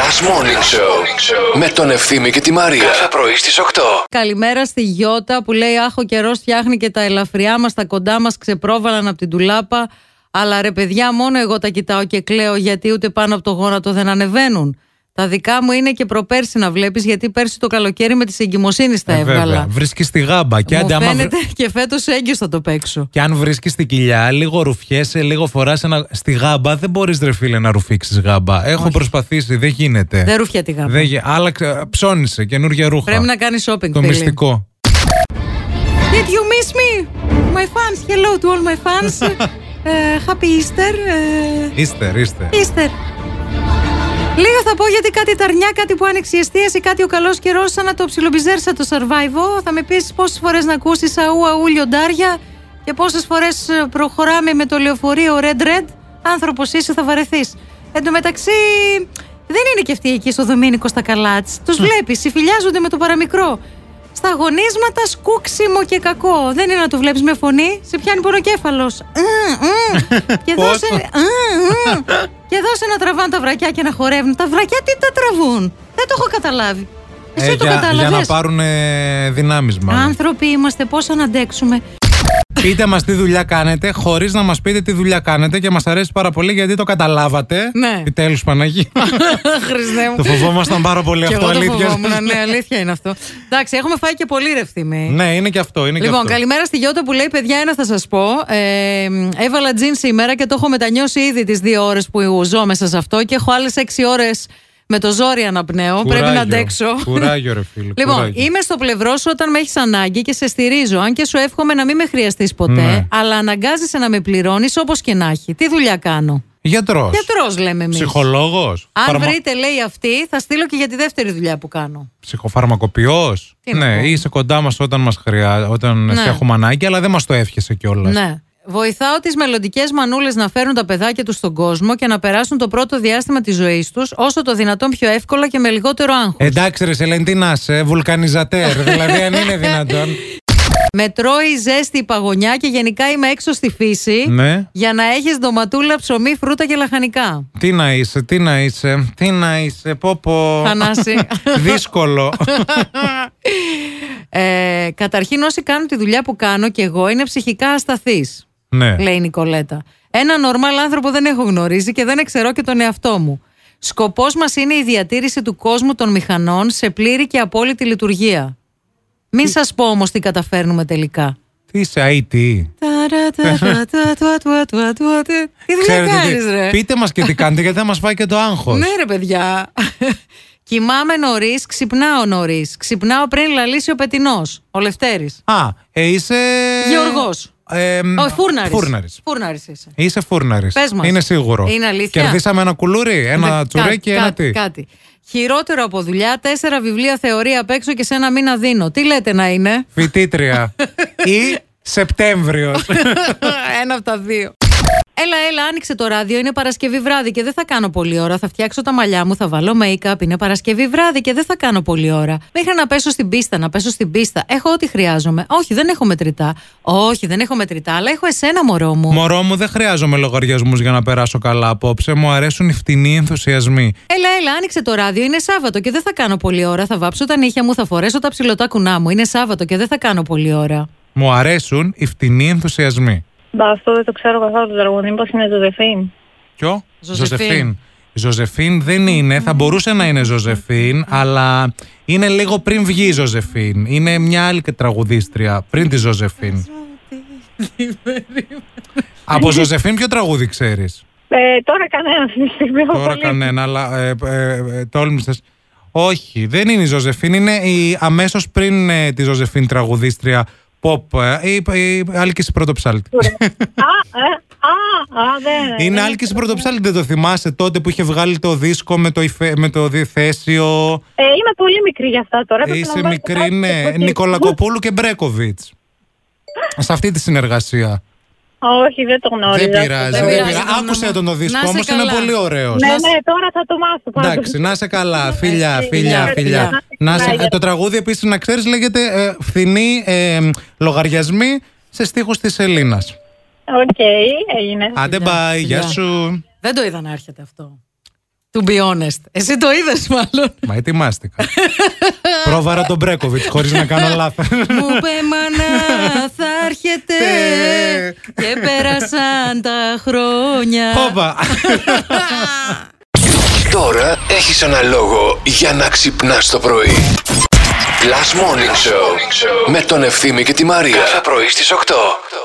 Last Morning Show με τον Ευθύμη και τη Μαρία. Κάθε πρωί στις 8. Καλημέρα στη Γιώτα που λέει Άχ, ο καιρός φτιάχνει και τα ελαφριά μας, τα κοντά μας ξεπρόβαλαν από την τουλάπα. Αλλά ρε παιδιά, μόνο εγώ τα κοιτάω και κλαίω γιατί ούτε πάνω από το γόνατο δεν ανεβαίνουν. Τα δικά μου είναι και προπέρσι να βλέπεις, γιατί πέρσι το καλοκαίρι με τη εγκυμοσύνη τα έβγαλα. Βρίσκεις τη γάμπα. Ε, Και, Μου άντε άμα βρ- φαίνεται και φέτος έγκυος θα το παίξω. και αν βρίσκεις την κοιλιά, λίγο ρουφιέσαι, λίγο φοράς ένα. Στη γάμπα δεν μπορείς, ρε φίλε, να ρουφήξεις γάμπα. Έχω προσπαθήσει, δεν γίνεται. Δεν ρουφιά τη γάμπα. Δεν γι- άλλαξε, ψώνισε καινούργια ρούχα. Πρέπει να κάνεις shopping, Το φίλοι. μυστικό. Did you miss me? My fans, hello to all my fans. Ε, happy Easter. ε, Ύστερ, ύστερ. Ύστερ. Λίγα θα πω γιατί κάτι ταρνιά, κάτι που άνοιξε η εστίαση, κάτι ο καλός καιρός, σαν να το ψιλομπιζέρσα το survival. Θα με πεις πόσες φορές να ακούσεις αού αού λιοντάρια και πόσες φορές προχωράμε με το λεωφορείο Red Red. Άνθρωπος είσαι, θα βαρεθείς. Εν τω μεταξύ, δεν είναι και αυτοί εκεί στο Δομήνικο στα καλάτ. Τους βλέπεις, συμφιλιάζονται με το παραμικρό. Στα γονίσματα σκούξιμο και κακό. Δεν είναι να το βλέπεις με φωνή. Σε πιάνει πονοκέφαλος. και Πώς? δώσε. Μμμ. Και δώσε να τραβάνε τα βρακιά και να χορεύουν. Τα βρακιά τι τα τραβούν. Δεν το έχω καταλάβει. Ε, Εσύ το Ε, για, για να κατάλαβες. πάρουν ε, δυνάμεις, μάλλον. Άνθρωποι είμαστε, πώς αναντέξουμε. πείτε μας τι δουλειά κάνετε, χωρίς να μας πείτε τι δουλειά κάνετε και μας αρέσει πάρα πολύ γιατί το καταλάβατε. Ναι. Επιτέλους, Παναγία. Χριστέ μου. το φοβόμασταν πάρα πολύ Και αυτό, εγώ το αλήθεια. φοβόμουν. Ναι, αλήθεια είναι αυτό. Εντάξει, έχουμε φάει και πολύ ρευθυμή. ναι, είναι και αυτό. Είναι Λοιπόν, και αυτό. καλημέρα στη Γιώτα που λέει: Παιδιά, ένα θα σας πω. Ε, μ, έβαλα τζιν σήμερα και το έχω μετανιώσει ήδη τις δύο ώρες που ζω μέσα σε αυτό και έχω άλλες έξι ώρες με το ζόρι αναπνέω. Πρέπει να αντέξω. Κουράγιο, ρε φίλε. Λοιπόν, κουράγιο. είμαι στο πλευρό σου όταν με έχεις ανάγκη και σε στηρίζω. Αν και σου εύχομαι να μην με χρειαστείς ποτέ, Ναι. αλλά αναγκάζεσαι να με πληρώνεις όπως και να έχει. Τι δουλειά κάνω. Γιατρός. Γιατρός, λέμε εμείς. Ψυχολόγος. Αν βρείτε, λέει αυτή, θα στείλω και για τη δεύτερη δουλειά που κάνω. Ψυχοφαρμακοποιός. Τι να Ναι, πω. είσαι κοντά μας όταν, μας χρειά... όταν Ναι. σε έχουμε ανάγκη, αλλά δεν μας το εύχεσαι κιόλας. Ναι. Βοηθάω τις μελλοντικές μανούλες να φέρουν τα παιδάκια τους στον κόσμο και να περάσουν το πρώτο διάστημα της ζωής τους όσο το δυνατόν πιο εύκολα και με λιγότερο άγχος. Εντάξει, ρε Σελέν, τι να είσαι, βουλκανιζατέρ. δηλαδή, αν είναι δυνατόν. Με τρώει ζέστη η παγωνιά και γενικά είμαι έξω στη φύση ναι. για να έχεις ντοματούλα, ψωμί, φρούτα και λαχανικά. Τι να είσαι, τι να είσαι, τι να είσαι, πω πω. Θανάση. Δύσκολο. Ε, καταρχήν, όσοι κάνουν τη δουλειά που κάνω και εγώ είναι ψυχικά ασταθείς, ναι. λέει η Νικολέτα. Ένα νορμάλ άνθρωπο δεν έχω γνωρίσει και δεν εξαιρώ και τον εαυτό μου. Σκοπός μας είναι η διατήρηση του κόσμου των μηχανών σε πλήρη και απόλυτη λειτουργία. Μην σας πω όμως τι καταφέρνουμε τελικά. Τι είσαι, IT. Τι δουλειά κάνεις ρε. Πείτε μας και τι κάνετε, γιατί θα μα φάει και το άγχος. Ναι, ρε παιδιά. Κοιμάμαι νωρίς, ξυπνάω νωρίς. Ξυπνάω πριν λαλήσει ο πετεινός, ο Λευτέρης. Α, ε, είσαι. Γεωργός. Ε, μ, Ο φούρναρης. φούρναρης. Φούρναρης είσαι. Είσαι φούρναρης. Πες μας. Είναι σίγουρο. Είναι αλήθεια? Κερδίσαμε ένα κουλούρι, ένα Δε- τσουρέκι, κάτι- ένα κάτι- τι. Κάτι. Χειρότερο από δουλειά, τέσσερα βιβλία θεωρία απ' έξω και σε ένα μήνα δίνω. Τι λέτε να είναι. Φοιτήτρια. Ή Σεπτέμβριος. ένα από τα δύο. Έλα, έλα, άνοιξε το ράδιο. Είναι Παρασκευή βράδυ και δεν θα κάνω πολλή ώρα. Θα φτιάξω τα μαλλιά μου, θα βάλω make-up. Είναι Παρασκευή βράδυ και δεν θα κάνω πολλή ώρα. Μέχρι να πέσω στην πίστα, να πέσω στην πίστα. Έχω ό,τι χρειάζομαι. Όχι, δεν έχω μετρητά. Όχι, δεν έχω μετρητά, αλλά έχω εσένα, μωρό μου. Μωρό μου, δεν χρειάζομαι λογαριασμούς για να περάσω καλά απόψε. Μου αρέσουν οι φτηνοί ενθουσιασμοί. Έλα, έλα, άνοιξε το ράδιο. Είναι Σάββατο και δεν θα κάνω πολλή ώρα. Θα βάψω τα νύχια μου, θα φορέσω τα ψηλωτά κουνά μου. Είναι Σάββατο και δεν θα κάνω πολλή ώρα. Μου αρέσουν οι φτηνοί ενθουσιασμοί. Μπα, αυτό δεν το ξέρω καθόλου το τραγούδι. Μήπως είναι Ζωζεφίν. Ποιο? Ζωζεφίν. Ζωζεφίν δεν είναι, θα μπορούσε να είναι Ζωζεφίν, αλλά είναι λίγο πριν βγει η Ζωζεφίν. Είναι μια άλλη τραγουδίστρια πριν τη Ζωζεφίν. Από Ζωζεφίν ποιο τραγούδι ξέρεις? Ε, τώρα κανένας αυτή τη στιγμή. έχω Τώρα πολύ- κανένα, αλλά ε, ε, ε, τόλμησες. Όχι, δεν είναι η Ζωζεφίν, είναι η αμέσως πριν ε, τη Ζωζεφίν τραγουδίστρια pop. Ε, η, η Άλκηση Πρωτοψάλτη. Α, ε, α, α, δεν. είναι Άλκηση Πρωτοψάλτη, Ε, δεν το θυμάσαι τότε που είχε βγάλει το δίσκο με το, υφε- με το διθέσιο. Ε, είμαι πολύ μικρή για αυτά τώρα. έπρεπε να Είσαι βάλω μικρή, κάτι ναι. που- Νικολακοπούλου και Μπρέκοβιτ. Σε αυτή τη συνεργασία. Όχι, δεν το γνώριζα. δεν πειράζει, δεν δεν πειράζει. πειράζει. Άκουσε τον το δίσκο, Να όμω είσαι είναι καλά. πολύ ωραίος. Ναι, ναι, τώρα θα το μάθω πάντως. Εντάξει, να είσαι καλά. Φιλιά, Εσύ, φιλιά, φιλιά, φιλιά. φιλιά. Να σε- Φιλιά. ε, το τραγούδι επίσης να ξέρεις λέγεται ε, Φθηνή ε, λογαριασμοί σε στίχους της Ελλήνα. Οκ, έγινε. Άντε, Φιλιά, bye, γεια φιλιά. σου. Δεν το είδα να έρχεται αυτό. To be honest. Εσύ το είδες, μάλλον. Μα ετοιμάστηκα. Πρόβαρα τον Μπρέκοβιτ, χωρίς να κάνω λάθος. Μου είπε μανά, θα έρχεται. και πέρασαν τα χρόνια. Όπα. Τώρα έχεις ένα λόγο για να ξυπνάς το πρωί. Last Morning Show με τον Ευθύμη και τη Μαρία. Κάθε πρωί στις 8.